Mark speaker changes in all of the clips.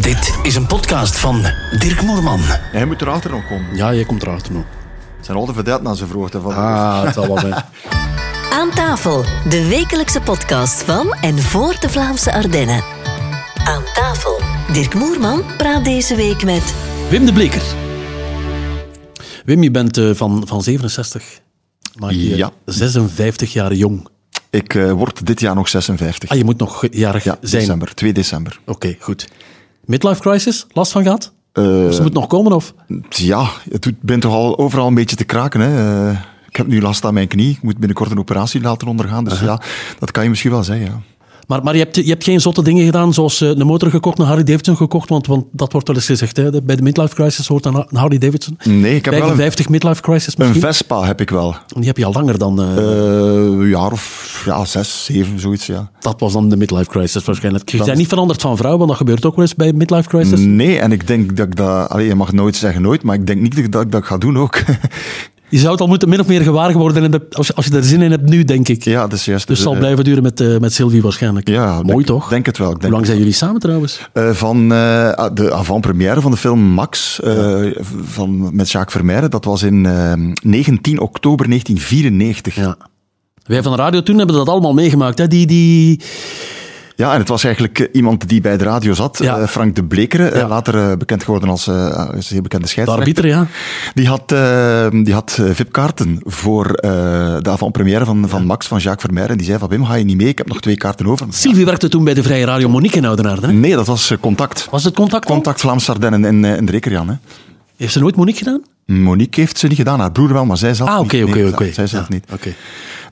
Speaker 1: Dit is een podcast van Dirk Moerman.
Speaker 2: Hij moet erachter nog komen.
Speaker 3: Ja, jij komt erachter nog.
Speaker 2: Het zijn altijd verdeeld na zijn vroegte van.
Speaker 3: Ah, het zal wel zijn.
Speaker 4: Aan tafel, de wekelijkse podcast van en voor de Vlaamse Ardennen. Aan tafel, Dirk Moerman praat deze week met
Speaker 3: Wim de Bleker. Wim, je bent eh, van, van 67. Maak je
Speaker 2: Ja.
Speaker 3: 56 jaar jong.
Speaker 2: Ik eh, word dit jaar nog 56.
Speaker 3: Dus- Ah, je moet nog jarig
Speaker 2: ja,
Speaker 3: zijn. Oké,
Speaker 2: december, 2 december.
Speaker 3: goed. Midlife crisis, last van gehad?
Speaker 2: Eh,
Speaker 3: Ze moet nog komen of?
Speaker 2: ja, het doet- bent toch al overal een beetje te kraken. Hè? Eh, ik heb nu last aan mijn knie. Ik moet binnenkort een operatie laten ondergaan. Dus ja, dat kan je misschien wel zeggen. Ja.
Speaker 3: Maar, maar je, hebt, je hebt geen zotte dingen gedaan zoals eh, een motor gekocht, een Harley Davidson gekocht, want, want dat wordt wel eens gezegd. Hè. De- Bij de midlife crisis hoort een, Ha- een Harley Davidson.
Speaker 2: Nee, ik heb wel een-
Speaker 3: 55 midlife crisis
Speaker 2: Een
Speaker 3: misschien.
Speaker 2: Vespa heb ik wel.
Speaker 3: Die heb je al langer dan... eh,
Speaker 2: Eh, een jaar of ja, zes, zeven, zoiets. Ja.
Speaker 3: Dat was dan de midlife crisis waarschijnlijk. Je bent niet veranderd van vrouw, want dat gebeurt ook wel eens bij midlife crisis.
Speaker 2: Nee, en ik denk dat ik dat... Allee, je mag nooit zeggen nooit, maar ik denk niet dat ik dat ga doen ook.
Speaker 3: Je zou het al moeten min of meer gewaar geworden hebben als je, als je er zin in hebt nu, denk ik.
Speaker 2: ja, dat is juist.
Speaker 3: Dus het zal
Speaker 2: eh,
Speaker 3: blijven duren met, eh, met Sylvie waarschijnlijk.
Speaker 2: Ja,
Speaker 3: Mooi
Speaker 2: denk-
Speaker 3: toch?
Speaker 2: Denk het wel. Ik
Speaker 3: Hoe
Speaker 2: denk
Speaker 3: lang zijn jullie samen trouwens?
Speaker 2: Eh, van eh, ah, de avant-première van de film Max eh, v- van, met Jacques Vermeijden. Dat was in eh, 19 oktober 1994. Ja.
Speaker 3: Ja. Wij van de radio toen hebben dat allemaal meegemaakt. Hè? Die, die...
Speaker 2: en het was eigenlijk eh, iemand die bij de radio zat,
Speaker 3: Ja.
Speaker 2: eh, Frank de Blekeren, eh,
Speaker 3: Ja.
Speaker 2: later eh, bekend geworden als eh, een zeer bekende
Speaker 3: De
Speaker 2: scheidsrechter.
Speaker 3: arbiter, ja.
Speaker 2: Die had, eh, die had eh, VIP-kaarten voor eh, de avant-première van, van Max van Jacques Vermeijden. En die zei van, Wim, ga je niet mee? Ik heb nog twee kaarten over.
Speaker 3: Sylvie werkte toen bij de Vrije Radio Monique in Oudenaarde. Hè?
Speaker 2: Nee, dat was eh, Contact.
Speaker 3: Was het contact? dan?
Speaker 2: Contact Vlaams Sardennen in, eh, in de Rekerjan, hè.
Speaker 3: Heeft ze nooit Monique gedaan?
Speaker 2: Monique heeft ze niet gedaan, haar broer wel, maar zij zelf
Speaker 3: Ah,
Speaker 2: niet.
Speaker 3: oké,
Speaker 2: Nee,
Speaker 3: oké,
Speaker 2: zij-
Speaker 3: oké.
Speaker 2: Zij zelf
Speaker 3: Ja,
Speaker 2: niet.
Speaker 3: oké.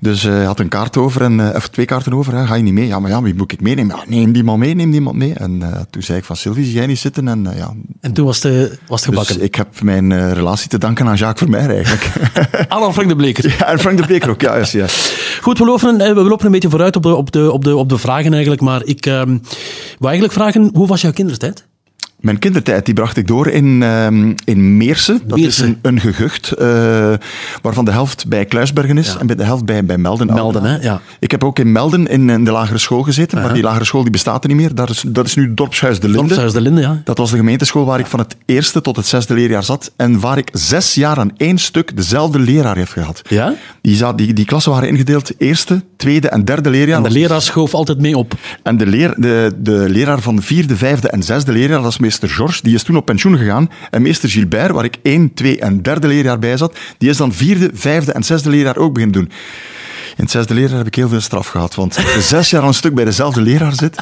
Speaker 2: Dus eh, hij had een kaart over, en, eh, of twee kaarten over, hè. ga je niet mee? Ja, maar ja, wie moet ik meenemen? Ja, neem die man mee, neem die man mee. En eh, toen zei ik van, Sylvie, zie jij niet zitten? En eh, ja,
Speaker 3: En toen was het, was het
Speaker 2: dus
Speaker 3: gebakken.
Speaker 2: ik heb mijn eh, relatie te danken aan Jacques Vermeer eigenlijk.
Speaker 3: Alan Frank de Bleker.
Speaker 2: ja, en Frank de Beker ook, ja. Yes, yes.
Speaker 3: Goed, we lopen, eh, we lopen een beetje vooruit op de, op de, op de, op de vragen eigenlijk. Maar ik ehm wil eigenlijk vragen, hoe was jouw kindertijd?
Speaker 2: Mijn kindertijd die bracht ik door in, ehm in Meersen. Dat
Speaker 3: Meersen.
Speaker 2: is een, een gehucht eh, waarvan de helft bij Kluisbergen is en bij de helft bij, bij Melden.
Speaker 3: Melden, hè? Ja. Uh-huh.
Speaker 2: Ik heb ook in Melden in, in de lagere school gezeten, maar die lagere school die bestaat er niet meer. Daar is, dat is nu Dorpshuis de Linde.
Speaker 3: Dorpshuis de Linde, ja.
Speaker 2: Dat was de gemeenteschool waar ik van het eerste tot het zesde leerjaar zat en waar ik zes jaar aan één stuk dezelfde leraar heb gehad.
Speaker 3: Ja?
Speaker 2: Die, za- die, die klassen waren ingedeeld eerste, tweede en derde leerjaar.
Speaker 3: En de leraar schoof altijd mee op.
Speaker 2: En de, leer, de, de leraar van de vierde, vijfde en zesde leraar, dat is meester Georges, die is toen op pensioen gegaan. En meester Gilbert, waar ik één, twee en derde leerjaar bij zat, die is dan vierde, vijfde en zesde leraar ook beginnen doen. In het zesde leraar heb ik heel veel straf gehad, want als je zes jaar aan een stuk bij dezelfde leraar zit.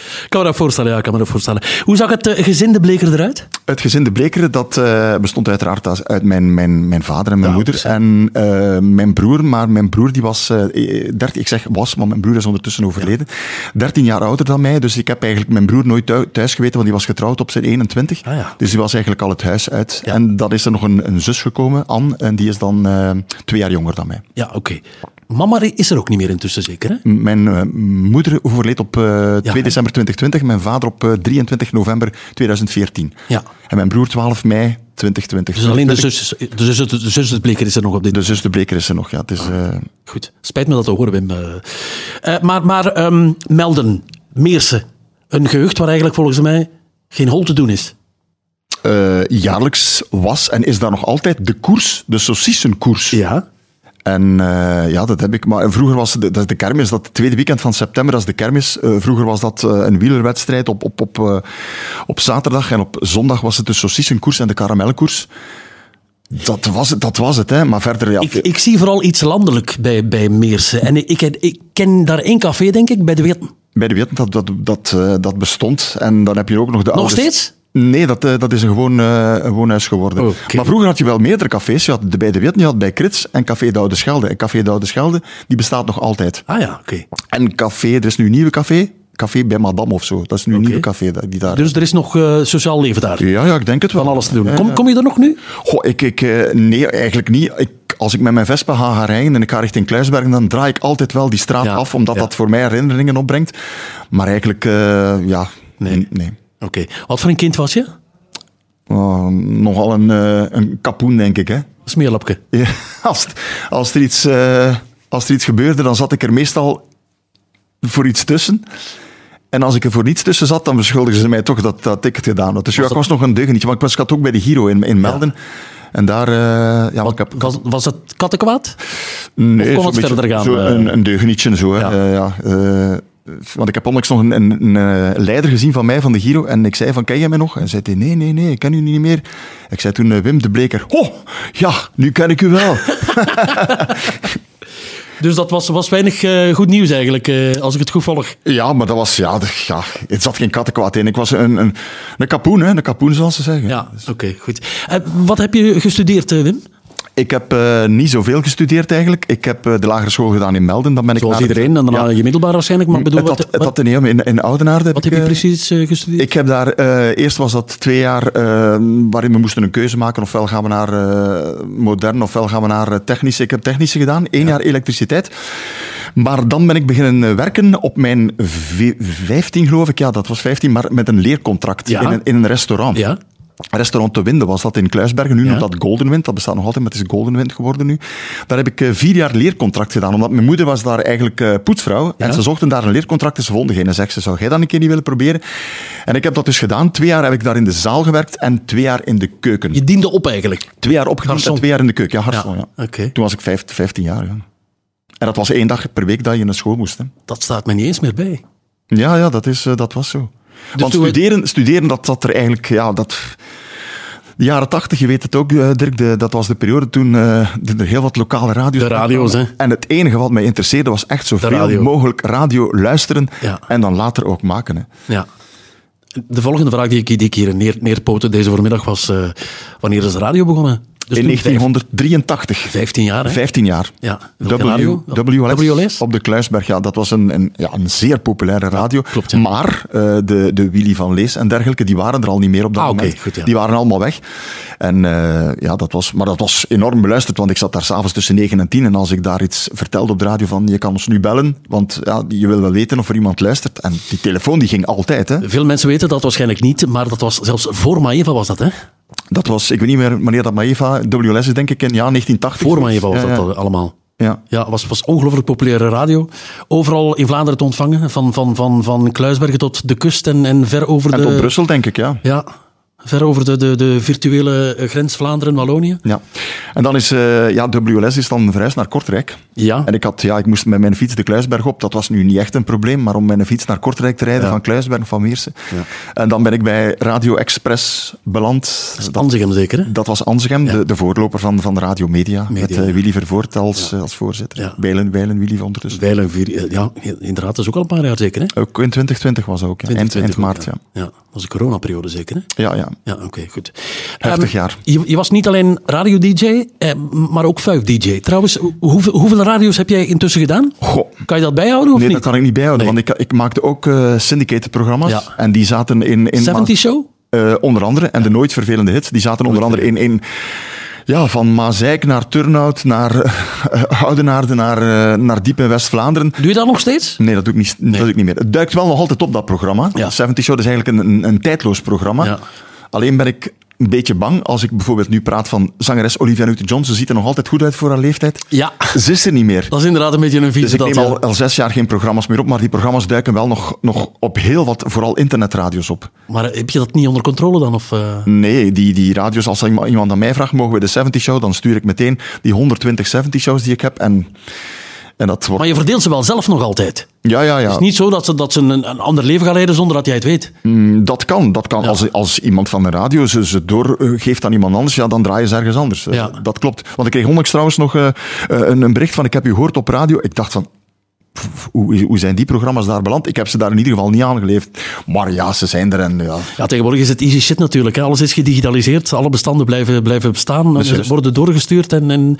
Speaker 3: Ik kan me dat voorstellen, ja, ik kan me dat voorstellen. Hoe zag het eh, gezin de bleker eruit?
Speaker 2: Het gezin De Blekeren, dat eh, bestond uiteraard uit- uit mijn, mijn, mijn vader en mijn moeder en eh, mijn broer. Maar mijn broer die was, eh, eh, 13, ik zeg was, want mijn broer is ondertussen overleden, 13 jaar ouder dan mij. Dus ik heb eigenlijk mijn broer nooit thu- thuis geweten, want die was getrouwd op zijn 21.
Speaker 3: Ah, ja.
Speaker 2: Dus die was eigenlijk al het huis uit.
Speaker 3: Ja.
Speaker 2: En dan is er nog een, een zus gekomen, Anne, en die is dan eh, twee jaar jonger dan mij.
Speaker 3: Ja, oké. Mama is er ook niet meer intussen, zeker, hè?
Speaker 2: M- Mijn eh, moeder overleed op eh, 2
Speaker 3: hè?
Speaker 2: december 2020, mijn vader op eh, 23 november 2014.
Speaker 3: Ja.
Speaker 2: En mijn broer 12 mei 2020.
Speaker 3: Dus alleen de zus, de zus, de zus de bleker is er nog op dit
Speaker 2: De zus de Bleker is er nog, ja. Het is, eh,
Speaker 3: Goed, spijt me dat te horen, Wim. Eh, eh, maar maar ehm, Melden, Meersen, een gehucht waar eigenlijk volgens mij geen hol te doen is.
Speaker 2: eh, jaarlijks was en is daar nog altijd de koers, de saucissenkoers.
Speaker 3: Ja.
Speaker 2: En eh, ja, dat heb ik. Maar vroeger was de, dat is de kermis, dat tweede weekend van september, dat is de kermis. Eh, vroeger was dat eh, een wielerwedstrijd op, op, op, eh, op zaterdag. En op zondag was het de saucissenkoers en de karamelkoers. Dat was het, dat was het hè. Maar verder, ja.
Speaker 3: Ik, ik zie vooral iets landelijk bij, bij Meersen. En ik, ik, ik ken daar één café, denk ik, bij de Witten.
Speaker 2: Bij de Witten, dat, dat, dat, eh, dat bestond. En dan heb je ook nog de
Speaker 3: Nog
Speaker 2: ouders-
Speaker 3: steeds?
Speaker 2: Nee, dat, eh, dat is een gewoon, eh, een gewoon huis geworden.
Speaker 3: Oké.
Speaker 2: Maar vroeger had je wel meerdere cafés. Je had de bij de Witten, je had bij Krits en Café de Oude Schelde. En Café de Oude Schelde, die bestaat nog altijd.
Speaker 3: Ah ja, oké.
Speaker 2: En café, er is nu een nieuwe café. Café bij Madame of zo. Dat is nu een nieuwe café dat- die daar...
Speaker 3: Dus er is nog eh, sociaal leven daar.
Speaker 2: ja, ja, ik denk het wel.
Speaker 3: Van alles te doen.
Speaker 2: Ja,
Speaker 3: Kom,
Speaker 2: ja.
Speaker 3: kom je er nog nu?
Speaker 2: Goh, ik, ik, eh, nee, eigenlijk niet. Ik, als ik met mijn Vespa ga gaan rijden en ik ga richting Kluisbergen, dan draai ik altijd wel die straat
Speaker 3: Ja,
Speaker 2: af, omdat
Speaker 3: ja.
Speaker 2: dat voor mij herinneringen opbrengt. Maar eigenlijk, eh, ja,
Speaker 3: Nee.
Speaker 2: n- nee.
Speaker 3: Oké. Wat voor een kind was je?
Speaker 2: Oh, nogal een, eh, een kapoen, denk ik. Hè?
Speaker 3: Smeerlapje.
Speaker 2: Ja, als, het- als, er iets, eh, als er iets gebeurde, dan zat ik er meestal voor iets tussen. En als ik er voor niets tussen zat, dan beschuldigen ze mij toch dat, dat ik het gedaan had. Dus ja,
Speaker 3: Was
Speaker 2: ik
Speaker 3: dat-
Speaker 2: was nog een deugenietje. Want ik was, zat ook bij de Giro in, in Melden. En daar... eh, ja, maar ik heb...
Speaker 3: Was, was het kattenkwaad?
Speaker 2: Nee,
Speaker 3: kon
Speaker 2: zo'n
Speaker 3: het verder gaan,
Speaker 2: Zo,
Speaker 3: eh?
Speaker 2: een, een deugenietje zo. Hè.
Speaker 3: Ja.
Speaker 2: Eh, ja, eh, want ik heb onlangs nog een, een, een, eh, leider gezien van mij, van de Giro. En ik zei van, ken jij mij nog? En zei hij, nee, nee, nee, ik ken u niet meer. Ik zei toen, eh, Wim de Bleker, oh, ja, nu ken ik u wel.
Speaker 3: Dus dat was, was weinig eh, goed nieuws eigenlijk, eh, als ik het goed volg.
Speaker 2: ja, maar dat was, ja, d- ja het zat geen kattenkwaad in. Ik was een, een, een kapoen, hè, een kapoen zoals ze zeggen.
Speaker 3: Ja, oké, goed. Eh, wat heb je gestudeerd, eh, Wim?
Speaker 2: dus- Ik heb eh, niet zoveel gestudeerd eigenlijk. Ik heb eh, de lagere school gedaan in Melden. Dan ben ik
Speaker 3: Zoals
Speaker 2: naar het-
Speaker 3: iedereen, en daarna
Speaker 2: Ja. Mm,
Speaker 3: je middelbaar waarschijnlijk. Maar ik bedoel,
Speaker 2: het,
Speaker 3: wat,
Speaker 2: at-
Speaker 3: wat,
Speaker 2: het Atheneum in, in Oudenaarde.
Speaker 3: wat heb je
Speaker 2: eh,
Speaker 3: precies eh, gestudeerd?
Speaker 2: Ik heb daar, eh, eerst was dat twee jaar eh, waarin we moesten een keuze maken. Ofwel gaan we naar eh, modern, ofwel gaan we naar eh, technische. Ik heb technische gedaan, één jaar elektriciteit. Maar dan ben ik beginnen eh, werken op mijn v- 15, geloof ik. Ja, dat was 15, maar met een leercontract
Speaker 3: Ja.
Speaker 2: in, een, in een restaurant.
Speaker 3: Ja,
Speaker 2: Restaurant De Winde was dat in Kluisbergen. Nu
Speaker 3: Ja.
Speaker 2: noemt dat Golden Wind. Dat bestaat nog altijd, maar het is Golden Wind geworden nu. Daar heb ik eh, vier jaar leercontract gedaan. Omdat mijn moeder was daar eigenlijk eh, poetsvrouw. En ze zochten daar een leercontract en ze vonden geen. En zegt ze, zou jij dat een keer niet willen proberen? En ik heb dat dus gedaan. Twee jaar heb ik daar in de zaal gewerkt en twee jaar in de keuken.
Speaker 3: je diende op eigenlijk.
Speaker 2: Twee jaar opgediend en
Speaker 3: Garçon.
Speaker 2: twee jaar in de keuken. Ja, garçon,
Speaker 3: Ja,
Speaker 2: ja.
Speaker 3: oké.
Speaker 2: Toen was ik vijf- 15 jaar. ja. En dat was één dag per week dat je naar school moest. Hè.
Speaker 3: Dat staat me niet eens meer bij.
Speaker 2: Ja, ja dat, is, eh, dat was zo. Want
Speaker 3: toen we-
Speaker 2: studeren, studeren dat zat er eigenlijk... Ja, dat... De jaren tachtig, je weet het ook, eh, Dirk, de, dat was de periode toen eh, er heel wat lokale radio's...
Speaker 3: De radio's, hè.
Speaker 2: En het enige wat mij interesseerde was echt zoveel
Speaker 3: radio.
Speaker 2: mogelijk radio luisteren
Speaker 3: Ja. Dus
Speaker 2: en dan later ook maken. Hè.
Speaker 3: Ja. De volgende vraag die ik, die ik hier neer, neerpote deze voormiddag was... eh, wanneer is de radio begonnen? Dus
Speaker 2: In
Speaker 3: toen vijf-
Speaker 2: 1983.
Speaker 3: 15 jaar, hè?
Speaker 2: 15 jaar.
Speaker 3: Ja. Welke radio?
Speaker 2: W, WLS,
Speaker 3: WLS?
Speaker 2: op de Kluisberg. Ja, dat was een, een, ja, een zeer populaire radio.
Speaker 3: klopt, ja.
Speaker 2: Maar eh, de, de Willy van Lees en dergelijke, die waren er al niet meer op dat
Speaker 3: Ah, oké,
Speaker 2: moment.
Speaker 3: goed, ja.
Speaker 2: Die waren allemaal weg. En, eh, ja, dat was, maar dat was enorm beluisterd, want ik zat daar s'avonds tussen 9 en 10. En als ik daar iets vertelde op de radio van, je kan ons nu bellen, want ja, je wil wel weten of er iemand luistert. En die telefoon die ging altijd. Hè.
Speaker 3: Veel mensen weten dat waarschijnlijk niet, maar dat was zelfs voor Maeva was dat, hè?
Speaker 2: Dat was, ik weet niet meer wanneer dat Maeva, WLS is denk ik in ja, 1980.
Speaker 3: Voor Maeva was
Speaker 2: Ja,
Speaker 3: dat
Speaker 2: ja.
Speaker 3: al- allemaal.
Speaker 2: Ja.
Speaker 3: Ja, was, was ongelooflijk populaire radio. Overal in Vlaanderen te ontvangen, van, van, van, van Kluisbergen tot de kust en, en ver over
Speaker 2: En
Speaker 3: de...
Speaker 2: tot Brussel, denk ik, ja.
Speaker 3: Ja, ver over de, de, de virtuele eh, grens Vlaanderen-Wallonië.
Speaker 2: Ja, en dan is eh, ja, WLS is dan verhuisd naar Kortrijk.
Speaker 3: Ja.
Speaker 2: En ik, had, ja, ik moest met mijn fiets de Kluisberg op. Dat was nu niet echt een probleem, maar om met een fiets naar Kortrijk te rijden van Kluisberg, van Meersen. En dan ben ik bij Radio Express beland.
Speaker 3: Anzegem zeker, hè?
Speaker 2: Dat was Ansegem, de, de voorloper van, van Radio Media. met
Speaker 3: Media,
Speaker 2: eh, Willy Vervoort als, eh, als voorzitter.
Speaker 3: Ja.
Speaker 2: Bijlen, Bijlen Willy ondertussen.
Speaker 3: Weilen, vier, eh, ja, inderdaad, dat is ook al een paar jaar zeker, hè?
Speaker 2: Ook in 2020 was dat ook, ja. eind,
Speaker 3: 2020
Speaker 2: eind
Speaker 3: ook,
Speaker 2: maart. Ja,
Speaker 3: Ja, dat was de coronaperiode zeker, hè?
Speaker 2: ja. ja.
Speaker 3: Ja, oké, goed.
Speaker 2: Heftig
Speaker 3: Ehm,
Speaker 2: jaar.
Speaker 3: Je, je was niet alleen radio-dj, eh, maar ook vuif-dj. Trouwens, hoe- hoeveel, hoeveel radio's heb jij intussen gedaan?
Speaker 2: Goh.
Speaker 3: Kan je dat bijhouden of
Speaker 2: Nee, dat
Speaker 3: niet?
Speaker 2: kan ik niet bijhouden,
Speaker 3: Nee.
Speaker 2: want ik, ik maakte ook eh syndicated-programma's.
Speaker 3: Ja.
Speaker 2: En die zaten in... in
Speaker 3: 70 show?
Speaker 2: Eh, onder andere, en de nooit vervelende hits, die zaten onder andere in, in ja, van Mazeik naar Turnhout, naar eh, Oudenaarde, naar, eh, naar diep in West-Vlaanderen.
Speaker 3: Doe je dat nog steeds?
Speaker 2: Nee, dat doe, ik niet, dat doe ik niet meer. Het duikt wel nog altijd op, dat programma.
Speaker 3: Ja.
Speaker 2: 70 Show dat is eigenlijk een, een, een tijdloos programma.
Speaker 3: Ja.
Speaker 2: Alleen ben ik een beetje bang als ik bijvoorbeeld nu praat van zangeres Olivia Newton-John. Ze ziet er nog altijd goed uit voor haar leeftijd.
Speaker 3: Ja,
Speaker 2: Ze is er niet meer.
Speaker 3: dat is inderdaad een beetje een vieze
Speaker 2: Dus ik
Speaker 3: dat,
Speaker 2: neem
Speaker 3: ja.
Speaker 2: al, al zes jaar geen programma's meer op, maar die programma's duiken wel nog, nog op heel wat, vooral internetradio's op.
Speaker 3: Maar eh, heb je dat niet onder controle dan? Of, eh?
Speaker 2: Nee, die, die radio's, als iemand iemand aan mij vraagt, mogen we de 70 show, dan stuur ik meteen die 120 70 shows die ik heb. En, en dat wordt.
Speaker 3: Maar je verdeelt ze wel zelf nog altijd.
Speaker 2: ja, ja, ja.
Speaker 3: Het is niet zo dat ze, dat ze een, een ander leven gaan leiden zonder dat jij het weet.
Speaker 2: Mm, Dat kan. Dat kan. Als, als iemand van de radio ze, ze doorgeeft aan iemand anders, ja, dan draaien ze ergens anders. Eh,
Speaker 3: Ja.
Speaker 2: Dat klopt. Want ik kreeg onlangs trouwens nog eh, eh, een, een bericht van: Ik heb u gehoord op radio. Ik dacht van. pff, Hoe, hoe zijn die programma's daar beland? Ik heb ze daar in ieder geval niet aangeleefd. Maar ja, ze zijn er en ja.
Speaker 3: Ja, tegenwoordig is het easy shit natuurlijk. hè. Alles is gedigitaliseerd. Alle bestanden blijven, blijven bestaan.
Speaker 2: Precies.
Speaker 3: Worden doorgestuurd. En, en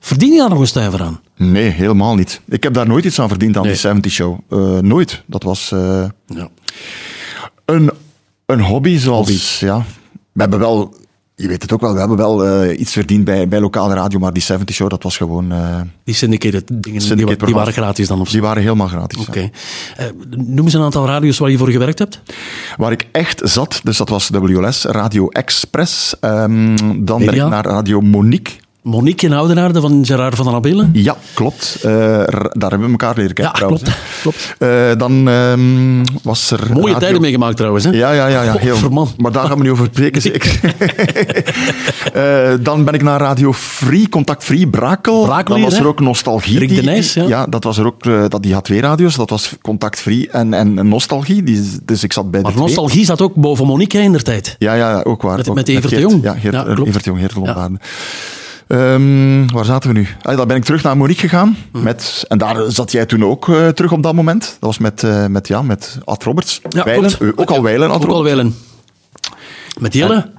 Speaker 3: verdien je daar nog een stuiver aan?
Speaker 2: Nee, helemaal niet. Ik heb daar nooit iets aan verdiend aan die 70 show. Eh, nooit. Dat was. eh,
Speaker 3: Ja.
Speaker 2: Een, een hobby zoals... Ja. We hebben wel... Je weet het ook wel, we hebben wel eh, iets verdiend bij, bij lokale radio, maar die 70 show, dat was gewoon... eh,
Speaker 3: Die syndicated dingen, die, wa-
Speaker 2: syndicated
Speaker 3: die waren
Speaker 2: programma's.
Speaker 3: gratis dan of zo.
Speaker 2: Die waren helemaal gratis.
Speaker 3: Oké. Eh, noem eens een aantal radio's waar je voor gewerkt hebt.
Speaker 2: ja. Waar ik echt zat, dus dat was WLS, Radio Express. ehm, dan ben
Speaker 3: Media.
Speaker 2: ik naar Radio Monique.
Speaker 3: Monique in Oudenaarde van Gerard van der Abelen.
Speaker 2: Ja, klopt. Eh, r- daar hebben we elkaar leren kennen.
Speaker 3: Ja,
Speaker 2: trouwens,
Speaker 3: klopt,
Speaker 2: hè.
Speaker 3: klopt.
Speaker 2: Eh, dan ehm, was er.
Speaker 3: Mooie
Speaker 2: radio-
Speaker 3: tijden meegemaakt trouwens. Hè?
Speaker 2: Ja, ja, ja. ja heel,
Speaker 3: Godverman.
Speaker 2: maar daar gaan we niet over spreken, zeker. Eh, dan ben ik naar Radio Free, Contact Free, Brakel.
Speaker 3: Brakel
Speaker 2: dan
Speaker 3: hier,
Speaker 2: was er
Speaker 3: hè?
Speaker 2: ook Nostalgie.
Speaker 3: Rick
Speaker 2: die-
Speaker 3: de Nijs, ja.
Speaker 2: dat was er ook. eh, dat, die had twee radio's. Dat was Contact Free en, en Nostalgie. Die, dus ik zat bij
Speaker 3: Maar
Speaker 2: de twee.
Speaker 3: nostalgie zat ook boven Monique hè, in der tijd.
Speaker 2: Ja, ja, ook waar.
Speaker 3: Met-
Speaker 2: ook.
Speaker 3: met Evert de
Speaker 2: Geert.
Speaker 3: Jong.
Speaker 2: Ja, Geert,
Speaker 3: Ja,
Speaker 2: eh,
Speaker 3: klopt.
Speaker 2: Evert de Jong, Geert de Londaarde. Ehm, waar zaten we nu? Ah, dan ben ik terug naar Monique gegaan.
Speaker 3: Hm.
Speaker 2: Met, en daar zat jij toen ook eh, terug op dat moment. Dat was met, eh, met, ja, met Ad Roberts.
Speaker 3: Ja,
Speaker 2: Weilen.
Speaker 3: klopt.
Speaker 2: Eh, ook al Weilen, Ad
Speaker 3: Ook al
Speaker 2: Roberts.
Speaker 3: wel een. Met Jelle,
Speaker 2: En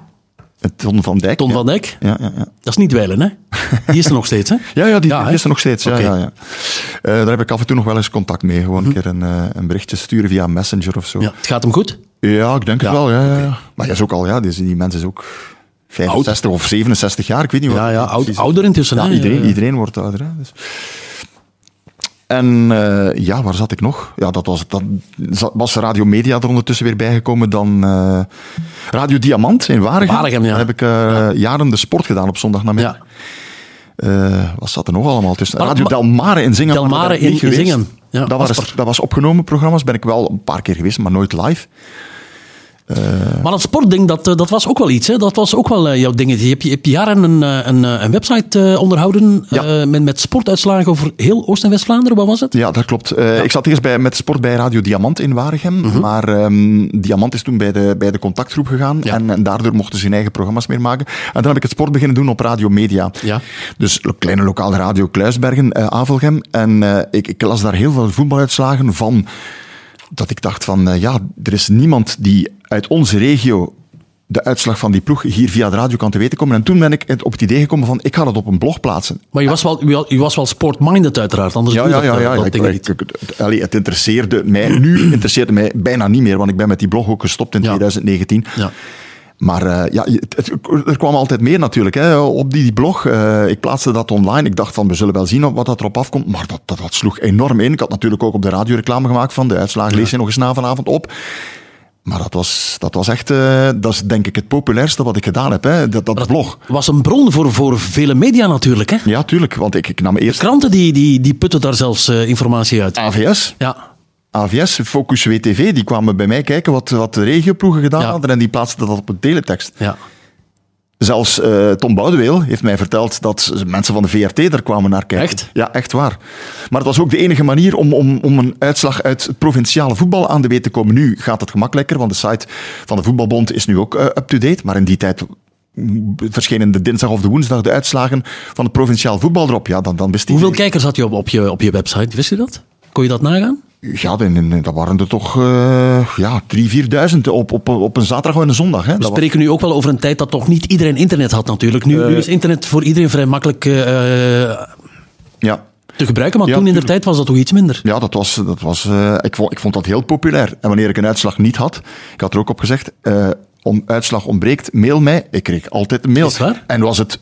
Speaker 2: Eh, Ton van Dijk.
Speaker 3: Ton
Speaker 2: ja.
Speaker 3: van Dijk.
Speaker 2: Ja, ja, ja.
Speaker 3: Dat is niet Weilen, hè? Die is er nog steeds, hè?
Speaker 2: Ja, ja, die,
Speaker 3: Ja,
Speaker 2: die
Speaker 3: hè?
Speaker 2: is er nog steeds. Ja,
Speaker 3: Oké. Mhm.
Speaker 2: ja, ja. Eh, daar heb ik af en toe nog wel eens contact mee. Gewoon een keer een, eh, een berichtje sturen via Messenger of zo.
Speaker 3: Ja,
Speaker 2: Ja,
Speaker 3: het gaat hem goed.
Speaker 2: ik denk het
Speaker 3: Ja,
Speaker 2: wel. Ja, ja, ja. Maar hij is ook al, ja, die, die mens is ook 65 of 67 jaar, ik weet niet wat.
Speaker 3: Ja, ja, oud,
Speaker 2: precies.
Speaker 3: ouder intussen.
Speaker 2: Ja,
Speaker 3: hè?
Speaker 2: iedereen, iedereen wordt ouder. Hè? Dus. En eh, ja, waar zat ik nog? Ja, dat was, dat, za- was Radio Media er ondertussen weer bijgekomen. Dan eh, Radio Diamant in Waregem.
Speaker 3: Waregem, ja.
Speaker 2: Daar heb ik eh, jaren de sport gedaan op zondagnamiddag.
Speaker 3: Ja.
Speaker 2: Eh, wat zat er nog allemaal tussen?
Speaker 3: Maar-
Speaker 2: Radio
Speaker 3: maar-
Speaker 2: Delmare in Zingen.
Speaker 3: Delmare
Speaker 2: maar daar ben ik
Speaker 3: in-
Speaker 2: niet
Speaker 3: in
Speaker 2: geweest.
Speaker 3: Zingen. Ja,
Speaker 2: dat, was,
Speaker 3: Asper.
Speaker 2: dat was opgenomen programma's. Ben ik wel een paar keer geweest, maar nooit live.
Speaker 3: Maar dat sportding, dat, eh, dat was ook wel iets. Hè? Dat was ook wel eh, jouw dingetje. Je hebt, je hebt jaren een, eh, een, eh, een website eh, onderhouden
Speaker 2: Ja.
Speaker 3: eh, met, met sportuitslagen over heel Oost- en West-Vlaanderen. Wat was het?
Speaker 2: Ja, dat klopt. Eh, Ik zat eerst bij, met sport bij Radio Diamant in Waregem.
Speaker 3: Mhm.
Speaker 2: Maar ehm, Diamant is toen bij de, bij de contactgroep gegaan.
Speaker 3: Ja.
Speaker 2: En, en daardoor mochten ze hun eigen programma's meer maken. En dan heb ik het sport beginnen doen op Radio Media.
Speaker 3: Ja.
Speaker 2: Dus lo- kleine lokale radio Kluisbergen, eh Avelgem. En eh, ik, ik las daar heel veel voetbaluitslagen van. Dat ik dacht van, eh, ja, er is niemand die uit onze regio de uitslag van die ploeg hier via de radio kan te weten komen. En toen ben ik het- op het idee gekomen van, ik ga dat op een blog plaatsen.
Speaker 3: Maar je was wel, je wa- je was wel sport-minded uiteraard. Anders
Speaker 2: Ja,
Speaker 3: doe je
Speaker 2: ja,
Speaker 3: dat,
Speaker 2: ja,
Speaker 3: eh,
Speaker 2: ja.
Speaker 3: dat
Speaker 2: Ik-
Speaker 3: ding
Speaker 2: ik-
Speaker 3: niet.
Speaker 2: ik- het- allee, het interesseerde mij, nu interesseerde mij bijna niet meer, want ik ben met die blog ook gestopt in
Speaker 3: Ja.
Speaker 2: 2019.
Speaker 3: Ja.
Speaker 2: Maar eh, ja, het- het- er kwam altijd meer natuurlijk hè, op die, die blog. eh, ik plaatste dat online. Ik dacht van, we zullen wel zien op- wat dat erop afkomt. Maar dat, dat, dat sloeg enorm in. Ik had natuurlijk ook op de radio reclame gemaakt van de uitslagen lees je nog eens na vanavond op. Maar dat was, dat was echt, eh, dat is denk ik het populairste wat ik gedaan heb, hè, dat, dat blog.
Speaker 3: was een bron voor, voor vele media natuurlijk. Hè?
Speaker 2: Ja, tuurlijk, want ik, ik nam eerst
Speaker 3: Kranten die, die, die putten daar zelfs eh, informatie uit.
Speaker 2: AVS.
Speaker 3: Ja.
Speaker 2: AVS, Focus WTV, die kwamen bij mij kijken wat, wat de regioploegen gedaan
Speaker 3: Ja.
Speaker 2: hadden en die plaatsten dat op een teletext.
Speaker 3: ja.
Speaker 2: Zelfs eh, Tom Boudeweel heeft mij verteld dat ze- mensen van de VRT daar kwamen naar kijken.
Speaker 3: Echt?
Speaker 2: Ja, echt waar. Maar het was ook de enige manier om, om, om een uitslag uit het provinciale voetbal aan de weet te komen. Nu gaat het gemakkelijker, want de site van de voetbalbond is nu ook eh, up-to-date. Maar in die tijd mm, verschenen de dinsdag of de woensdag de uitslagen van het provinciaal voetbal erop. Ja, dan, dan wist die-
Speaker 3: Hoeveel kijkers had je op, op je op je website? Wist je dat? Kon je dat nagaan?
Speaker 2: Ja, dan, dan- dan waren er toch eh ja, drie, vierduizend op, op, op een zaterdag of een zondag. Hè.
Speaker 3: We
Speaker 2: Dat was- Eh,
Speaker 3: spreken nu ook wel over een tijd dat nog niet iedereen internet had natuurlijk. Nu, nu is internet voor iedereen vrij makkelijk eh,
Speaker 2: ja.
Speaker 3: te gebruiken, maar
Speaker 2: Ja,
Speaker 3: toen in de
Speaker 2: tuurlijk.
Speaker 3: tijd was dat toch iets minder.
Speaker 2: ja, dat was... Dat was eh, ik, vond, ik vond dat heel populair. En wanneer ik een uitslag niet had, ik had er ook op gezegd, eh, om, uitslag ontbreekt, mail mij. Ik kreeg altijd een mail.
Speaker 3: Is het waar?
Speaker 2: En was het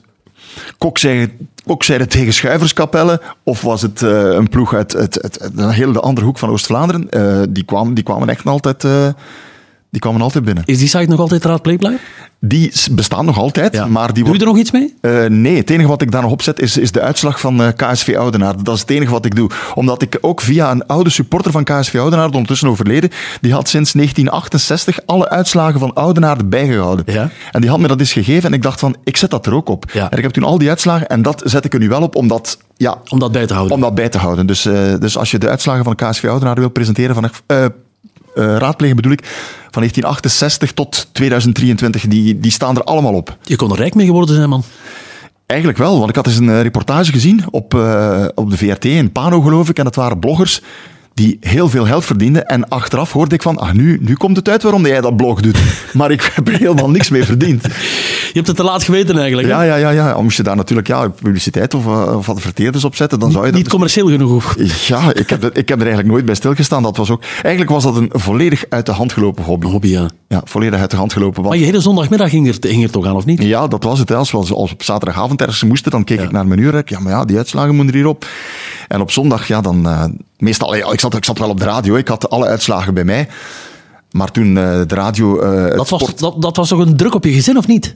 Speaker 2: kokzijde, kokzijde tegen Schuiverskapelle, of was het eh, een ploeg uit, uit, uit, uit een hele andere hoek van Oost-Vlaanderen, eh, die, kwamen, die kwamen echt altijd... eh, die kwamen altijd binnen.
Speaker 3: Is die site nog altijd raadpleegbaar?
Speaker 2: Die s- bestaan nog altijd, maar
Speaker 3: Doe je
Speaker 2: die worden
Speaker 3: er nog iets mee?
Speaker 2: Eh, nee, het enige wat ik daar nog opzet is, is de uitslag van eh, KSV Oudenaarde. Dat is het enige wat ik doe. Omdat ik ook via een oude supporter van KSV Oudenaarde, ondertussen overleden, die had sinds 1968 alle uitslagen van Oudenaarde bijgehouden.
Speaker 3: Ja.
Speaker 2: En die had me dat eens gegeven en ik dacht van, ik zet dat er ook op.
Speaker 3: Ja.
Speaker 2: En ik heb toen al die uitslagen en dat zet ik er nu wel op, omdat... Ja,
Speaker 3: Om dat bij te houden.
Speaker 2: om dat bij te houden. Dus, eh, dus als je de uitslagen van de KSV Oudenaarde wil presenteren, van, eh, eh, raadplegen bedoel ik, van 1968 tot 2023, die, die staan er allemaal op.
Speaker 3: Je kon er rijk mee geworden zijn, man.
Speaker 2: Eigenlijk wel, want ik had eens een eh, reportage gezien op, eh, op de VRT in Pano, geloof ik. En dat waren bloggers die heel veel geld verdienden. En achteraf hoorde ik van, ah, nu, nu komt het uit waarom jij dat blog doet. Maar ik heb er helemaal niks mee verdiend.
Speaker 3: Je hebt het te laat geweten eigenlijk. hè?
Speaker 2: Ja, ja, ja. ja. Moest je daar natuurlijk ja, publiciteit of, eh, of adverteerders op zetten, dan zou je dat... dus-
Speaker 3: Niet commercieel genoeg.
Speaker 2: ja, ik heb, er- ik heb er eigenlijk nooit bij stilgestaan. Dat was ook, eigenlijk was dat een volledig uit de hand gelopen hobby.
Speaker 3: Hobby, ja.
Speaker 2: Ja, volledig uit de hand gelopen. want-
Speaker 3: Maar je hele zondagmiddag ging er, ging er toch aan, of niet?
Speaker 2: Ja, dat was het. hè. Als we als als we op zaterdagavond ergens moesten, dan keek ik naar mijn uurwerk. Ja, maar ja, die uitslagen moeten er hier op. En op zondag, ja, dan... eh, meestal, ja, ik, zat, ik zat wel op de radio. Ik had alle uitslagen bij mij. Maar toen eh, de radio... eh, het
Speaker 3: Dat was,
Speaker 2: sport-
Speaker 3: dat, dat was toch een druk op je gezin, of niet?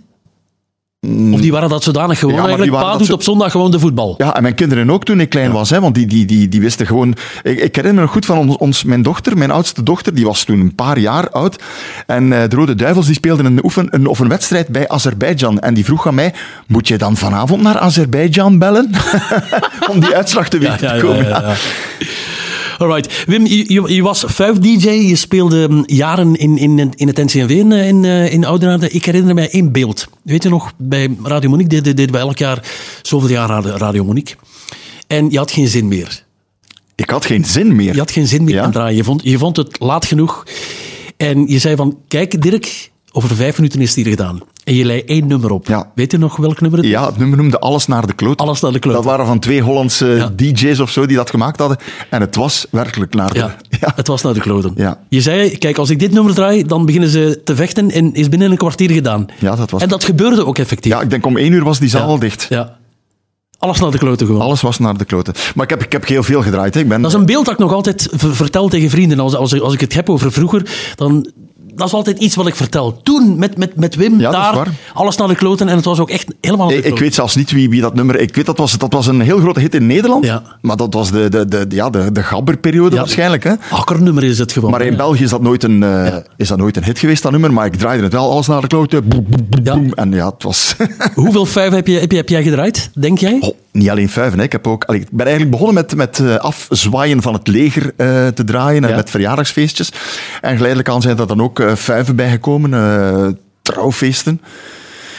Speaker 3: Of die waren dat zodanig gewoon.
Speaker 2: Mm. Ja, maar die
Speaker 3: eigenlijk,
Speaker 2: waren
Speaker 3: pa
Speaker 2: dat
Speaker 3: doet
Speaker 2: zo-
Speaker 3: op zondag gewoon de voetbal.
Speaker 2: Ja, en mijn kinderen ook toen ik klein was, hè, want die, die, die, die wisten gewoon... Ik, ik herinner me nog goed van ons, ons, mijn dochter, mijn oudste dochter, die was toen een paar jaar oud. En eh, de Rode Duivels die speelden een, oefen, een, of een wedstrijd bij Azerbeidzjan. En die vroeg aan mij, moet je dan vanavond naar Azerbeidzjan bellen? Om die uitslag te weten
Speaker 3: ja,
Speaker 2: te
Speaker 3: ja,
Speaker 2: komen.
Speaker 3: ja, ja. Alright. Wim, je, je- je was vuif DJ. Je speelde mm, jaren in, in, in het NCNV in, eh, in, eh, in Oudenaarde. Ik herinner mij één beeld. Weet je nog, bij Radio Monique deden deden we elk jaar zoveel jaar Radio- Radio Monique. En je had geen zin meer.
Speaker 2: Ik had geen zin meer.
Speaker 3: Je had geen zin meer
Speaker 2: Ja.
Speaker 3: aan het draaien. Je vond, je vond het laat genoeg. En je zei van, kijk Dirk, over vijf minuten is het hier gedaan. En je lei één nummer op.
Speaker 2: Ja.
Speaker 3: Weet je nog welk nummer het
Speaker 2: Ja, het nummer noemde Alles naar de kloot.
Speaker 3: Alles naar de kloot.
Speaker 2: Dat waren van twee Hollandse DJ's of zo die dat gemaakt hadden. En het was werkelijk naar de...
Speaker 3: Ja, het was naar de kloten.
Speaker 2: Ja.
Speaker 3: Je zei, kijk, als ik dit nummer draai, dan beginnen ze te vechten en is binnen een kwartier gedaan.
Speaker 2: Ja, dat was-
Speaker 3: En dat gebeurde ook effectief.
Speaker 2: Ja, ik denk om één uur was die zaal al dicht.
Speaker 3: Ja. Alles naar de kloten gewoon.
Speaker 2: Alles was naar de kloten. Maar ik heb, ik heb heel veel gedraaid. Hè. Ik ben,
Speaker 3: Dat is een beeld dat ik nog altijd ver- vertel tegen vrienden. Als, als, als ik het heb over vroeger, dan... Dat is altijd iets wat ik vertel. Toen, met, met, met Wim,
Speaker 2: Ja, dat is
Speaker 3: daar,
Speaker 2: waar.
Speaker 3: alles naar de kloten. En het was ook echt helemaal naar de
Speaker 2: ik, ik
Speaker 3: kloten.
Speaker 2: weet zelfs niet wie, wie dat nummer... Ik weet, dat was, dat was een heel grote hit in Nederland.
Speaker 3: Ja.
Speaker 2: Maar dat was de, de, de, de- ja, de, de gabberperiode
Speaker 3: Ja.
Speaker 2: waarschijnlijk. Hè.
Speaker 3: Hakkernummer is het gewoon.
Speaker 2: Maar in
Speaker 3: Ja.
Speaker 2: België is dat, nooit een, eh, is dat nooit een hit geweest, dat nummer. Maar ik draaide het wel alles naar de kloten. Boem, boem, boem,
Speaker 3: Ja.
Speaker 2: boem. En ja, het was...
Speaker 3: Hoeveel vijf heb, je, heb, je, heb jij gedraaid, denk jij?
Speaker 2: Oh, niet alleen vijven. Hè. Ik, heb ook, allee, ik ben eigenlijk begonnen met, met eh, afzwaaien van het leger eh, te draaien en
Speaker 3: Ja.
Speaker 2: met verjaardagsfeestjes. En geleidelijk aan zijn er dan ook eh, vijven bijgekomen, eh, trouwfeesten,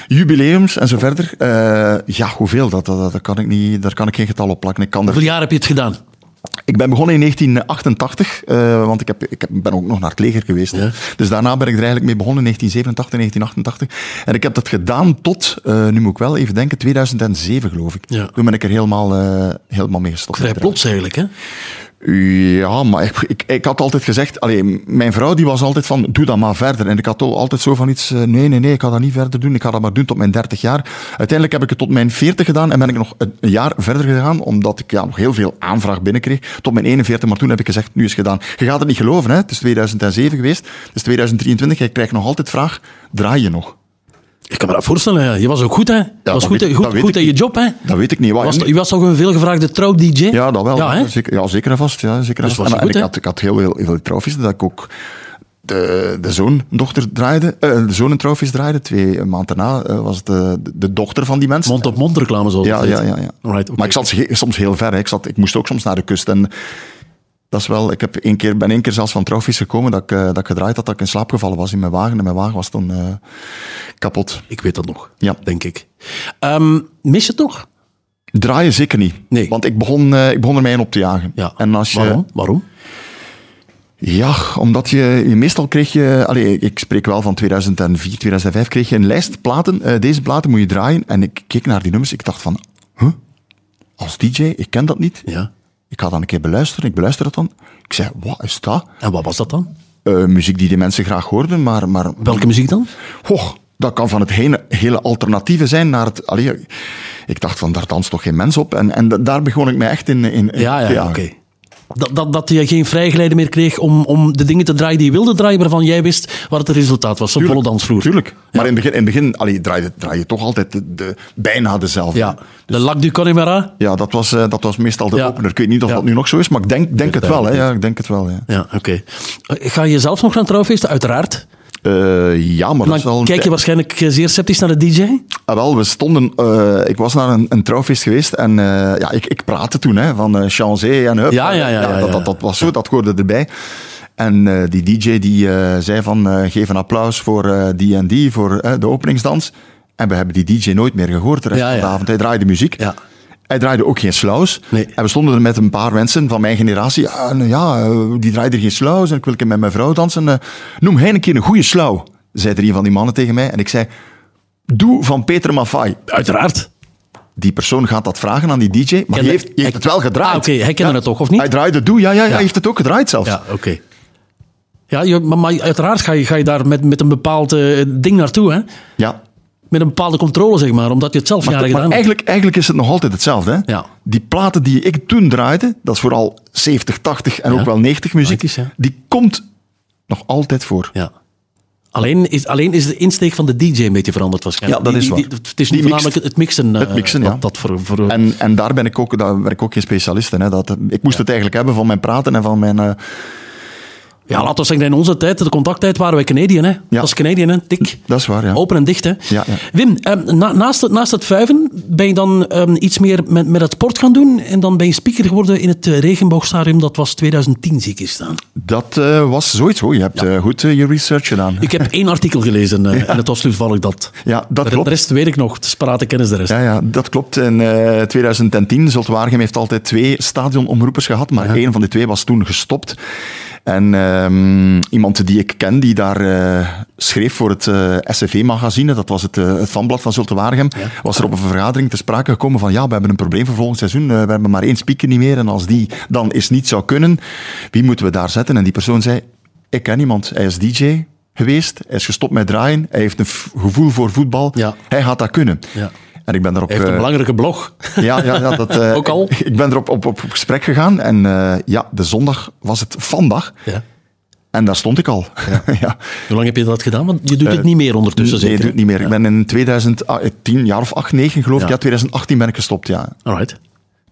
Speaker 2: jubileums en zo verder. Eh, ja, hoeveel? Dat, dat, dat kan ik niet, daar kan ik geen getal op plakken. Ik, kan er,
Speaker 3: Hoeveel jaar heb je het gedaan?
Speaker 2: ik ben begonnen in 1988, eh, want ik, heb, ik heb, ben ook nog naar het leger geweest. hè.
Speaker 3: Ja.
Speaker 2: Dus daarna ben ik er eigenlijk mee begonnen in 1987, 1988. En ik heb dat gedaan tot, eh, nu moet ik wel even denken, 2007 geloof ik.
Speaker 3: Ja.
Speaker 2: Toen ben ik er helemaal, eh, helemaal mee gestopt.
Speaker 3: Vrij plots eigenlijk, hè?
Speaker 2: Ja, maar ik, ik, ik had altijd gezegd... Allee, mijn vrouw die was altijd van, doe dat maar verder. En ik had al- altijd zo van iets... eh, Nee, nee, nee, ik ga dat niet verder doen. Ik ga dat maar doen tot mijn 30 jaar. Uiteindelijk heb ik het tot mijn 40 gedaan. En ben ik nog een een jaar verder gegaan. Omdat ik ja, nog heel veel aanvraag binnenkreeg. Tot mijn 41. Maar toen heb ik gezegd, nu is het gedaan. Je gaat het niet geloven, hè. Het is 2007 geweest. Het is 2023. Jij krijgt nog altijd vraag, draai je nog?
Speaker 3: Ik kan me dat voorstellen. ja. Je was ook goed, hè?
Speaker 2: dat
Speaker 3: was goed,
Speaker 2: weet-
Speaker 3: hè?
Speaker 2: dat
Speaker 3: goed,
Speaker 2: weet
Speaker 3: goed
Speaker 2: ik
Speaker 3: in je
Speaker 2: niet.
Speaker 3: job, hè?
Speaker 2: Dat weet ik niet. Wat-
Speaker 3: Was, je was toch een veelgevraagde trouw-dj?
Speaker 2: Ja, dat wel.
Speaker 3: Ja, hè?
Speaker 2: zeker, ja, zeker en vast. Ja, zeker en
Speaker 3: Dus
Speaker 2: vast.
Speaker 3: was
Speaker 2: en,
Speaker 3: goed,
Speaker 2: en ik,
Speaker 3: hè?
Speaker 2: had, ik had heel, heel, heel veel trouwfeesten dat ik ook de, de zoon dochter draaide, eh, de zoon een trouwfeest draaide. Twee maanden daarna eh, was het de, de dochter van die mensen.
Speaker 3: Mond-op-mond reclame, zoals
Speaker 2: ja,
Speaker 3: het
Speaker 2: ja,
Speaker 3: heet.
Speaker 2: ja, ja.
Speaker 3: Alright, oké.
Speaker 2: Maar ik zat ge- soms heel ver. Hè. Ik, zat, ik moest ook soms naar de kust. En dat is wel, ik heb één keer, ben één keer zelfs van trouwfeest gekomen dat ik, eh, dat ik gedraaid had, dat ik in slaap gevallen was in mijn wagen. En mijn wagen was toen eh, kapot.
Speaker 3: Ik weet dat nog,
Speaker 2: Ja.
Speaker 3: denk ik. Ehm, mis je het nog?
Speaker 2: Draaien zeker niet.
Speaker 3: Nee.
Speaker 2: Want ik begon, eh, ik begon er mij in op te jagen.
Speaker 3: Ja.
Speaker 2: En als je,
Speaker 3: Waarom? Waarom?
Speaker 2: Ja, omdat je, je meestal kreeg je, allee, ik spreek wel van 2004, 2005, kreeg je een lijst platen. Eh, deze platen moet je draaien. En ik keek naar die nummers. Ik dacht van, huh? Als DJ, ik ken dat niet.
Speaker 3: Ja.
Speaker 2: Ik ga dan een keer beluisteren. Ik beluister dat dan. Ik zei, wat is dat?
Speaker 3: En wat was dat dan?
Speaker 2: Eh, muziek die de mensen graag hoorden, maar, maar
Speaker 3: Welke muziek dan?
Speaker 2: Och, dat kan van het hele, hele alternatieve zijn naar het... Allee, ik dacht van, daar danst toch geen mens op? En, en da- daar begon ik mij echt in... in in
Speaker 3: Ja, ja,
Speaker 2: te jagen.
Speaker 3: oké. Dat, dat, dat je geen vrijgeleide meer kreeg om, om de dingen te draaien die je wilde draaien, waarvan jij wist wat het resultaat was. Zo'n volle dansvloer.
Speaker 2: Tuurlijk. Maar in het begin, in het begin allee, draai, je, draai je toch altijd de, de- bijna dezelfde.
Speaker 3: Ja. De
Speaker 2: Dus-
Speaker 3: Lac du Connemara.
Speaker 2: Ja, dat was, eh, dat was meestal de
Speaker 3: Ja.
Speaker 2: opener. Ik weet niet of
Speaker 3: Ja.
Speaker 2: dat nu nog zo is, maar ik denk, denk het wel. Hè. Ja, ik denk het wel, ja.
Speaker 3: Ja, oké. Eh, Ga je zelf nog naar trouwfeesten? Uiteraard.
Speaker 2: Eh, ja, maar dat is wel...
Speaker 3: Dan
Speaker 2: een
Speaker 3: kijk je
Speaker 2: tij-
Speaker 3: waarschijnlijk eh, zeer sceptisch naar de DJ.
Speaker 2: Ah, wel, we stonden... eh, ik was naar een, een trouwfeest geweest en eh, ja, ik, ik praatte toen hè, van eh Chancé en hup.
Speaker 3: Ja,
Speaker 2: En, eh,
Speaker 3: ja, ja, ja,
Speaker 2: dat,
Speaker 3: ja.
Speaker 2: dat, dat was zo, dat hoorde erbij. En eh, die DJ die eh, zei van, eh, geef een applaus voor eh, die en die, voor eh, de openingsdans. En we hebben die DJ nooit meer gehoord de rest
Speaker 3: Ja,
Speaker 2: van de
Speaker 3: ja.
Speaker 2: avond. Hij draaide muziek.
Speaker 3: Ja.
Speaker 2: Hij draaide ook geen sluis.
Speaker 3: Nee.
Speaker 2: En we stonden er met een paar mensen van mijn generatie. Ja, nou ja, eh, die draaide geen sluis en ik wil een keer met mijn vrouw dansen. Eh, Noem hij een keer een goede slauw, zei er een van die mannen tegen mij. En ik zei, doe van Peter Maffay.
Speaker 3: Uiteraard.
Speaker 2: Die persoon gaat dat vragen aan die DJ, maar die heeft, die heeft het wel gedraaid.
Speaker 3: Ah, oké, hij kende
Speaker 2: Ja.
Speaker 3: het toch, of niet?
Speaker 2: Hij draaide doe, ja, ja, ja,
Speaker 3: Ja.
Speaker 2: hij heeft het ook gedraaid zelfs.
Speaker 3: Ja, oké. Ja, je- maar, maar uiteraard ga je, ga je daar met, met een bepaald eh, ding naartoe, hè?
Speaker 2: Ja.
Speaker 3: Met een bepaalde controle, zeg maar, omdat je het zelf
Speaker 2: Maar,
Speaker 3: jaren
Speaker 2: maar
Speaker 3: gedaan hebt.
Speaker 2: eigenlijk, eigenlijk is het nog altijd hetzelfde. Hè?
Speaker 3: Ja.
Speaker 2: Die platen die ik toen draaide, dat is vooral 70, 80 en
Speaker 3: Ja.
Speaker 2: ook wel 90 muziek,
Speaker 3: Praktisch, ja.
Speaker 2: die komt nog altijd voor.
Speaker 3: Ja. Alleen is, alleen is de insteek van de DJ een beetje veranderd waarschijnlijk.
Speaker 2: Ja, dat
Speaker 3: Die-
Speaker 2: is
Speaker 3: die-
Speaker 2: waar.
Speaker 3: die- het is
Speaker 2: Die
Speaker 3: nu
Speaker 2: mixt-
Speaker 3: voornamelijk het mixen, eh,
Speaker 2: Het mixen,
Speaker 3: dat,
Speaker 2: ja.
Speaker 3: dat voor... voor
Speaker 2: En, en daar, ben ik ook, daar ben ik ook geen specialist in. Hè. Dat, ik moest het eigenlijk hebben van mijn praten en van mijn... eh,
Speaker 3: ja, laten we zeggen, in onze tijd, de contacttijd, waren wij Canadian. Hè? Dat was Canadian, hè? tik.
Speaker 2: dat is waar, ja.
Speaker 3: Open en dicht, hè?
Speaker 2: ja.
Speaker 3: Wim, ehm, na- naast, het- naast het vuiven ben je dan ehm, iets meer met, met het sport gaan doen. En dan ben je speaker geworden in het eh, regenboogstadium. Dat was 2010, zie ik hier staan.
Speaker 2: Dat eh, was zoiets. Oh, je hebt eh, goed eh, je research gedaan.
Speaker 3: Ik heb één artikel gelezen eh, en het was toevallig dat.
Speaker 2: Ja, dat
Speaker 3: de,
Speaker 2: klopt.
Speaker 3: de rest weet ik nog. Het is parate kennis, de rest.
Speaker 2: Ja, ja, dat klopt. In eh 2010, Zulte Waregem heeft altijd twee stadionomroepers gehad, maar één van de twee was toen gestopt. En ehm, iemand die ik ken, die daar eh, schreef voor het eh, SCV-magazine, dat was het, eh, het fanblad van Zulte Waregem, was er op een vergadering te sprake gekomen van ja, we hebben een probleem voor volgend seizoen, eh, we hebben maar één speaker niet meer en als die dan eens niet zou kunnen, wie moeten we daar zetten? En die persoon zei, ik ken iemand, hij is DJ geweest, hij is gestopt met draaien, hij heeft een f- gevoel voor voetbal,
Speaker 3: Ja.
Speaker 2: hij gaat dat kunnen.
Speaker 3: Ja.
Speaker 2: En ik ben daarop...
Speaker 3: Hij heeft een
Speaker 2: eh,
Speaker 3: belangrijke blog.
Speaker 2: ja, ja, ja dat, eh,
Speaker 3: Ook al?
Speaker 2: Ik ben erop op, op gesprek gegaan en eh, ja, de zondag was het vandaag
Speaker 3: Ja.
Speaker 2: en daar stond ik al. Ja.
Speaker 3: Hoe lang heb je dat gedaan? Want je doet het niet meer ondertussen,
Speaker 2: Eh, nee,
Speaker 3: Dus zeker?
Speaker 2: ik doe het niet meer. Ik ben in 2010, jaar of 8, 9 geloof ik,
Speaker 3: Ja.
Speaker 2: ja, 2018 ben ik gestopt, ja.
Speaker 3: Alright.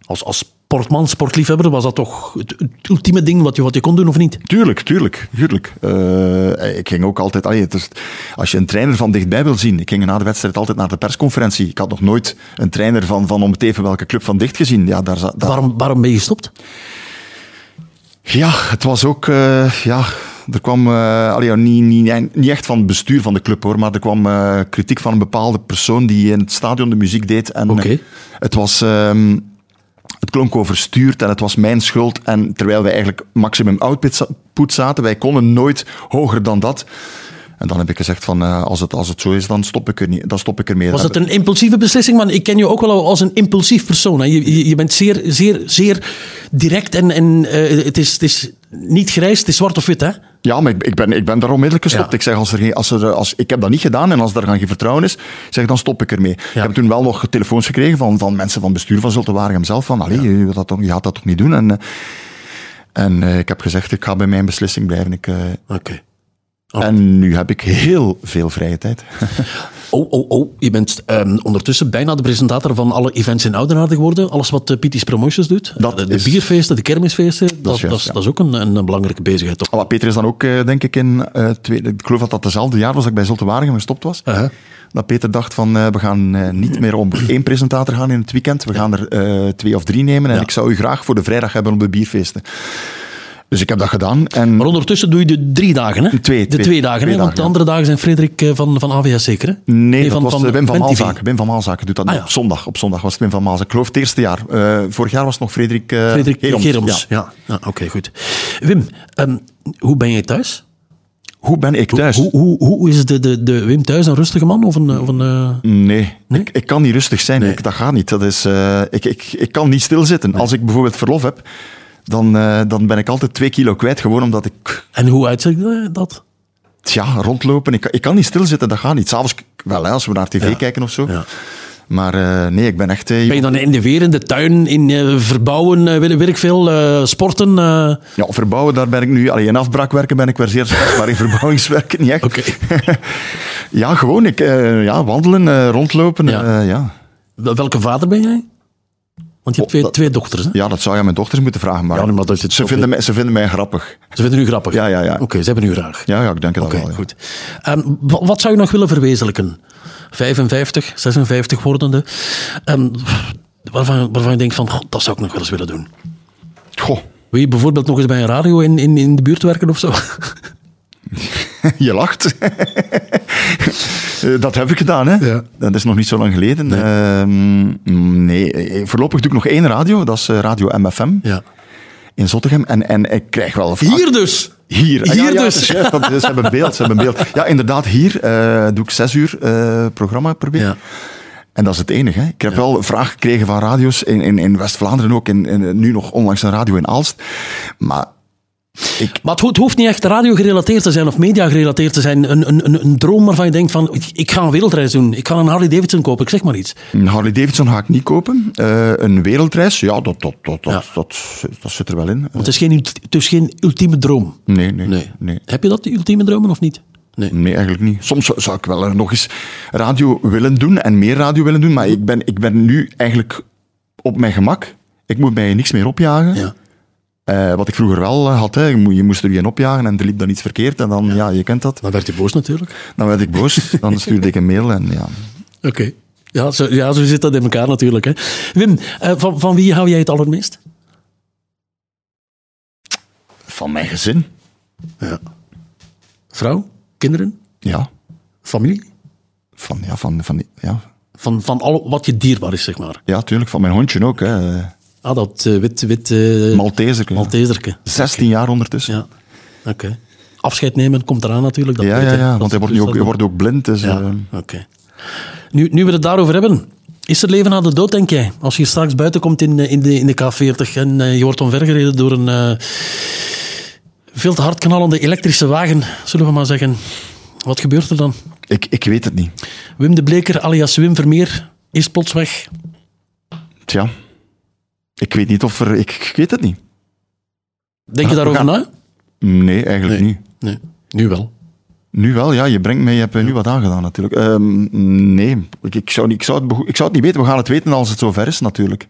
Speaker 3: Als, als sportman, sportliefhebber, was dat toch het, het ultieme ding wat je, wat je kon doen, of niet?
Speaker 2: Tuurlijk, tuurlijk, tuurlijk. Eh, ik ging ook altijd... allee, het is- als je een trainer van dichtbij wil zien... Ik ging na de wedstrijd altijd naar de persconferentie. Ik had nog nooit een trainer van, van om het even welke club van dicht gezien. Ja, daar, za- daar,
Speaker 3: Waarom, waarom ben je gestopt?
Speaker 2: ja het was ook... eh, ja, er kwam... eh, allee, ja, niet, niet, niet echt van het bestuur van de club, hoor. Maar er kwam eh, kritiek van een bepaalde persoon die in het stadion de muziek deed. En
Speaker 3: Oké.
Speaker 2: eh, het was... ehm, het klonk overstuurd en het was mijn schuld. En terwijl wij eigenlijk maximum output zaten, wij konden nooit hoger dan dat. En dan heb ik gezegd van, eh, als, het, als het zo is, dan stop ik, er niet, dan stop ik ermee.
Speaker 3: Was
Speaker 2: Dan
Speaker 3: het een impulsieve beslissing? Want ik ken je ook wel als een impulsief persoon. Hè? Je, je, je bent zeer, zeer, zeer direct en, en eh, het, is, het is niet grijs, het is zwart of wit, hè?
Speaker 2: Ja, maar ik, ik, ben, ik ben daar onmiddellijk gestopt.
Speaker 3: Ja.
Speaker 2: Ik zeg, als er geen, als er, als, ik heb dat niet gedaan en als daar geen vertrouwen is, zeg, dan stop ik ermee. Ik heb toen wel nog telefoons gekregen van, van mensen van bestuur van Zulte Waregem zelf, van, allee, je, wilt dat toch- je gaat dat toch niet doen? En, eh, en eh, ik heb gezegd, ik ga bij mijn beslissing blijven. Ik, eh,
Speaker 3: Oké.
Speaker 2: En nu heb ik heel veel vrije tijd.
Speaker 3: Oh, oh, oh. Je bent ehm, ondertussen bijna de presentator van alle events in Oudenaarde geworden. Alles wat eh, Pietie's Promotions doet. Eh,
Speaker 2: Dat
Speaker 3: de, de
Speaker 2: is-
Speaker 3: bierfeesten, de kermisfeesten. Dat, dat,
Speaker 2: juist,
Speaker 3: dat, is,
Speaker 2: ja.
Speaker 3: dat is ook een, een belangrijke bezigheid, toch?
Speaker 2: Ah, maar Peter is dan ook, eh, denk ik, in... eh, tweede, ik geloof dat dat dezelfde jaar was dat ik bij Zulte Waregem gestopt was.
Speaker 3: Uh-huh.
Speaker 2: Dat Peter dacht van, eh, we gaan eh, niet meer om één presentator gaan in het weekend. We gaan er eh, twee of drie nemen. En ik zou u graag voor de vrijdag hebben op de bierfeesten. Dus ik heb dat gedaan. En
Speaker 3: Maar ondertussen doe je de drie dagen, hè?
Speaker 2: Twee,
Speaker 3: de
Speaker 2: twee.
Speaker 3: twee dagen,
Speaker 2: Twee
Speaker 3: hè? Want
Speaker 2: dagen,
Speaker 3: de
Speaker 2: ja.
Speaker 3: andere dagen zijn Frederik eh, van, van AVS zeker, hè?
Speaker 2: Nee, dat was eh, Wim van
Speaker 3: MTV.
Speaker 2: Maalzaken. Wim van Maalzaken doet dat
Speaker 3: Ah,
Speaker 2: nu.
Speaker 3: ja.
Speaker 2: op zondag. Op zondag was het Wim van Maalzaken. Ik geloof het eerste jaar. Eh, vorig jaar was het nog Frederik, eh
Speaker 3: Frederik
Speaker 2: Geroms.
Speaker 3: Geroms.
Speaker 2: Ja.
Speaker 3: Ja, ja. oké, goed. Wim, ehm, hoe ben jij thuis?
Speaker 2: Hoe ben ik thuis?
Speaker 3: Hoe, hoe, hoe is de, de, de Wim thuis een rustige man of een... eh, Of een eh,
Speaker 2: Nee, Ik, ik kan niet rustig zijn. Ik, dat gaat niet. Dat is, eh, ik, ik, ik kan niet stilzitten. Als ik bijvoorbeeld verlof heb, dan, eh, dan ben ik altijd twee kilo kwijt. Gewoon omdat ik
Speaker 3: En hoe uitziet dat?
Speaker 2: tja, rondlopen. Ik, ik kan niet stilzitten, dat gaat niet. S'avonds k- wel, hè, als we naar tv kijken of zo.
Speaker 3: Ja.
Speaker 2: Maar eh, nee, ik ben echt... eh,
Speaker 3: Ben je dan in de weer, in de tuin, in eh, verbouwen, eh, weet, weet ik veel, eh, sporten? eh?
Speaker 2: ja, verbouwen, daar ben ik nu... Allee, in afbraakwerken ben ik weer zeer slecht, maar in verbouwingswerken niet echt.
Speaker 3: Oké.
Speaker 2: ja, gewoon. Ik, eh, ja, wandelen, eh, rondlopen.
Speaker 3: Ja.
Speaker 2: eh, ja.
Speaker 3: Wel- Welke vader ben jij? Want je hebt twee,
Speaker 2: Oh, dat-
Speaker 3: twee dochters, hè?
Speaker 2: ja, dat zou je aan mijn dochters moeten vragen. Maar,
Speaker 3: Ja, nee, maar dat is het
Speaker 2: ze,
Speaker 3: toch
Speaker 2: vinden mij, ze vinden mij grappig.
Speaker 3: Ze vinden u grappig.
Speaker 2: Ja, ja, ja.
Speaker 3: Oké, ze hebben u graag.
Speaker 2: Ja, ja ik denk dat
Speaker 3: Oké,
Speaker 2: wel. ja.
Speaker 3: goed. Ehm, wa- wat zou je nog willen verwezenlijken? 55, 56 wordende. Ehm, waarvan, waarvan je denkt van, "God, dat zou ik nog wel eens willen doen.
Speaker 2: Goh,
Speaker 3: Wil je bijvoorbeeld nog eens bij een radio in, in, in de buurt werken of zo?
Speaker 2: je lacht. Eh, dat heb ik gedaan, hè.
Speaker 3: Ja.
Speaker 2: Dat is nog niet zo lang geleden. Ehm, nee, eh, voorlopig doe ik nog één radio. Dat is eh, Radio MFM
Speaker 3: Ja.
Speaker 2: in Zottegem. En, en ik krijg wel vaak...
Speaker 3: Hier dus!
Speaker 2: Hier, Ah, ja,
Speaker 3: Hier
Speaker 2: ja,
Speaker 3: dus.
Speaker 2: dat is juist, dat, ze hebben beeld, ze hebben beeld. Ja, inderdaad, hier eh, doe ik zes uur eh, programma per week.
Speaker 3: Ja.
Speaker 2: En dat is het enige. Hè. Ik heb wel een vraag gekregen van radio's in, in, in West-Vlaanderen ook. In, in- nu nog onlangs een radio in Aalst. Maar
Speaker 3: Maar het ho- het hoeft niet echt radio gerelateerd te zijn of media gerelateerd te zijn. Een, een, een, een droom waarvan je denkt van, ik, ik ga een wereldreis doen. Ik ga een Harley Davidson kopen, ik zeg maar iets.
Speaker 2: Een Harley Davidson ga ik niet kopen. Eh, een wereldreis, ja, dat, dat, dat,
Speaker 3: Ja.
Speaker 2: dat, dat, dat zit er wel in.
Speaker 3: Want het is geen, ult- het is geen ultieme droom.
Speaker 2: Nee, nee, nee.
Speaker 3: Heb je dat, die ultieme dromen, of niet? Nee.
Speaker 2: Nee, eigenlijk niet. Soms zou- zou ik wel er nog eens radio willen doen en meer radio willen doen, maar ik ben, ik ben nu eigenlijk op mijn gemak. Ik moet mij niks meer opjagen.
Speaker 3: Ja.
Speaker 2: Eh, wat ik vroeger wel eh, had, hè. Je, moe- je moest er je in opjagen en er liep dan iets verkeerd. En dan, ja, je kent dat.
Speaker 3: Dan werd je boos natuurlijk.
Speaker 2: Dan werd ik boos, dan stuurde ik een mail en ja.
Speaker 3: Oké. Ja, zo, ja, zo zit dat in elkaar natuurlijk. Hè. Wim, eh, van, van wie hou jij het allermeest?
Speaker 2: Van mijn gezin.
Speaker 3: Vrouw? Kinderen?
Speaker 2: Ja,
Speaker 3: Familie?
Speaker 2: van, ja, van, van, ja.
Speaker 3: Van, van al wat je dierbaar is, zeg maar.
Speaker 2: ja tuurlijk, van mijn hondje ook. Hè. Eh,
Speaker 3: Ah, dat eh, wit, wit eh
Speaker 2: Malteser. ja.
Speaker 3: Malteserke.
Speaker 2: 16 jaar ondertussen.
Speaker 3: Ja, oké. Afscheid nemen komt eraan natuurlijk. Dat
Speaker 2: Ja,
Speaker 3: weet
Speaker 2: ja,
Speaker 3: je.
Speaker 2: ja,
Speaker 3: Dat
Speaker 2: want
Speaker 3: is-
Speaker 2: hij wordt,
Speaker 3: dus
Speaker 2: nu ook, hij
Speaker 3: dat-
Speaker 2: wordt ook blind. Dus,
Speaker 3: Ja,
Speaker 2: eh,
Speaker 3: oké. Nu, nu we het daarover hebben. Is er leven na de dood, denk jij? Als je straks buiten komt in, eh, in, de, in de K40 en eh, je wordt omvergereden door een eh, veel te hard knallende elektrische wagen, zullen we maar zeggen. Wat gebeurt er dan?
Speaker 2: ik, ik weet het niet.
Speaker 3: Wim de Bleker, alias Wim Vermeer, is plots weg.
Speaker 2: Tja, ik weet niet of er... Ik, ik weet het niet.
Speaker 3: Denk je
Speaker 2: Ah, We
Speaker 3: daarover
Speaker 2: gaan-
Speaker 3: na?
Speaker 2: Nee, eigenlijk niet.
Speaker 3: Nee, nu wel.
Speaker 2: Nu wel, ja. Je brengt mij, je hebt mij nu wat aangedaan natuurlijk. Ehm, nee, ik, ik, zou niet, ik, zou het, bego- ik zou het niet weten. We gaan het weten als het zover is natuurlijk.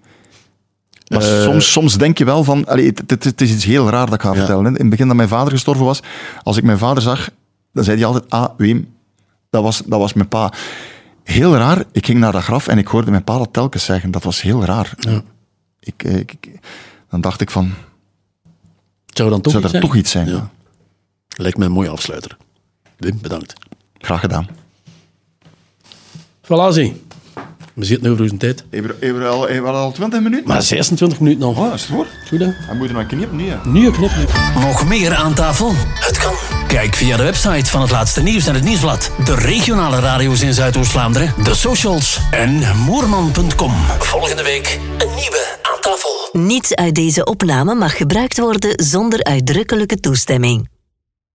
Speaker 2: Maar soms, soms denk je wel van... Allee, het, het- het is iets heel raar dat ik ga vertellen. hè. In het begin dat mijn vader gestorven was, als ik mijn vader zag, dan zei hij altijd, ah, Wim, dat was, dat was mijn pa. Heel raar, ik ging naar dat graf en ik hoorde mijn pa dat telkens zeggen. Dat was heel raar. Ik, eh, ik, ik- dan dacht ik van,
Speaker 3: Het Zou dan toch
Speaker 2: zou
Speaker 3: iets
Speaker 2: er toch iets zijn?
Speaker 3: Ja. Lijkt mij een mooie afsluiter. Wim, bedankt.
Speaker 2: Graag gedaan.
Speaker 3: Voilà, zie. We zitten over onze tijd.
Speaker 2: Even al, eh, al 20 minuten?
Speaker 3: Maar 26 minuten al.
Speaker 2: dat Oh, is het woord.
Speaker 3: Goed, hè?
Speaker 2: Hij moet er maar knippen, niet?
Speaker 3: Nu een knip.
Speaker 1: Nog meer aan tafel? Het kan. Kijk via de website van het laatste nieuws en het nieuwsblad. De regionale radio's in Zuidoost-Vlaanderen. De socials en moerman.com. Volgende week een nieuwe aan tafel.
Speaker 4: Niets uit deze opname mag gebruikt worden zonder uitdrukkelijke toestemming.